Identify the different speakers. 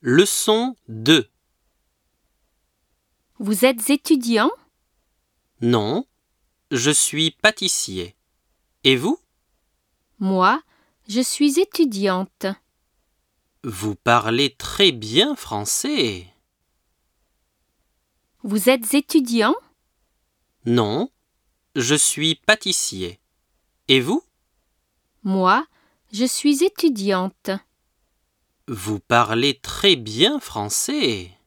Speaker 1: Leçon 2.
Speaker 2: Vous êtes étudiant
Speaker 1: Non, je suis pâtissier. Et vous
Speaker 2: Moi, je suis étudiante.
Speaker 1: Vous parlez très bien français.
Speaker 2: Vous êtes étudiant
Speaker 1: Non, je suis pâtissier. Et vous
Speaker 2: Moi, je suis étudiante.
Speaker 1: Vous parlez très bien français.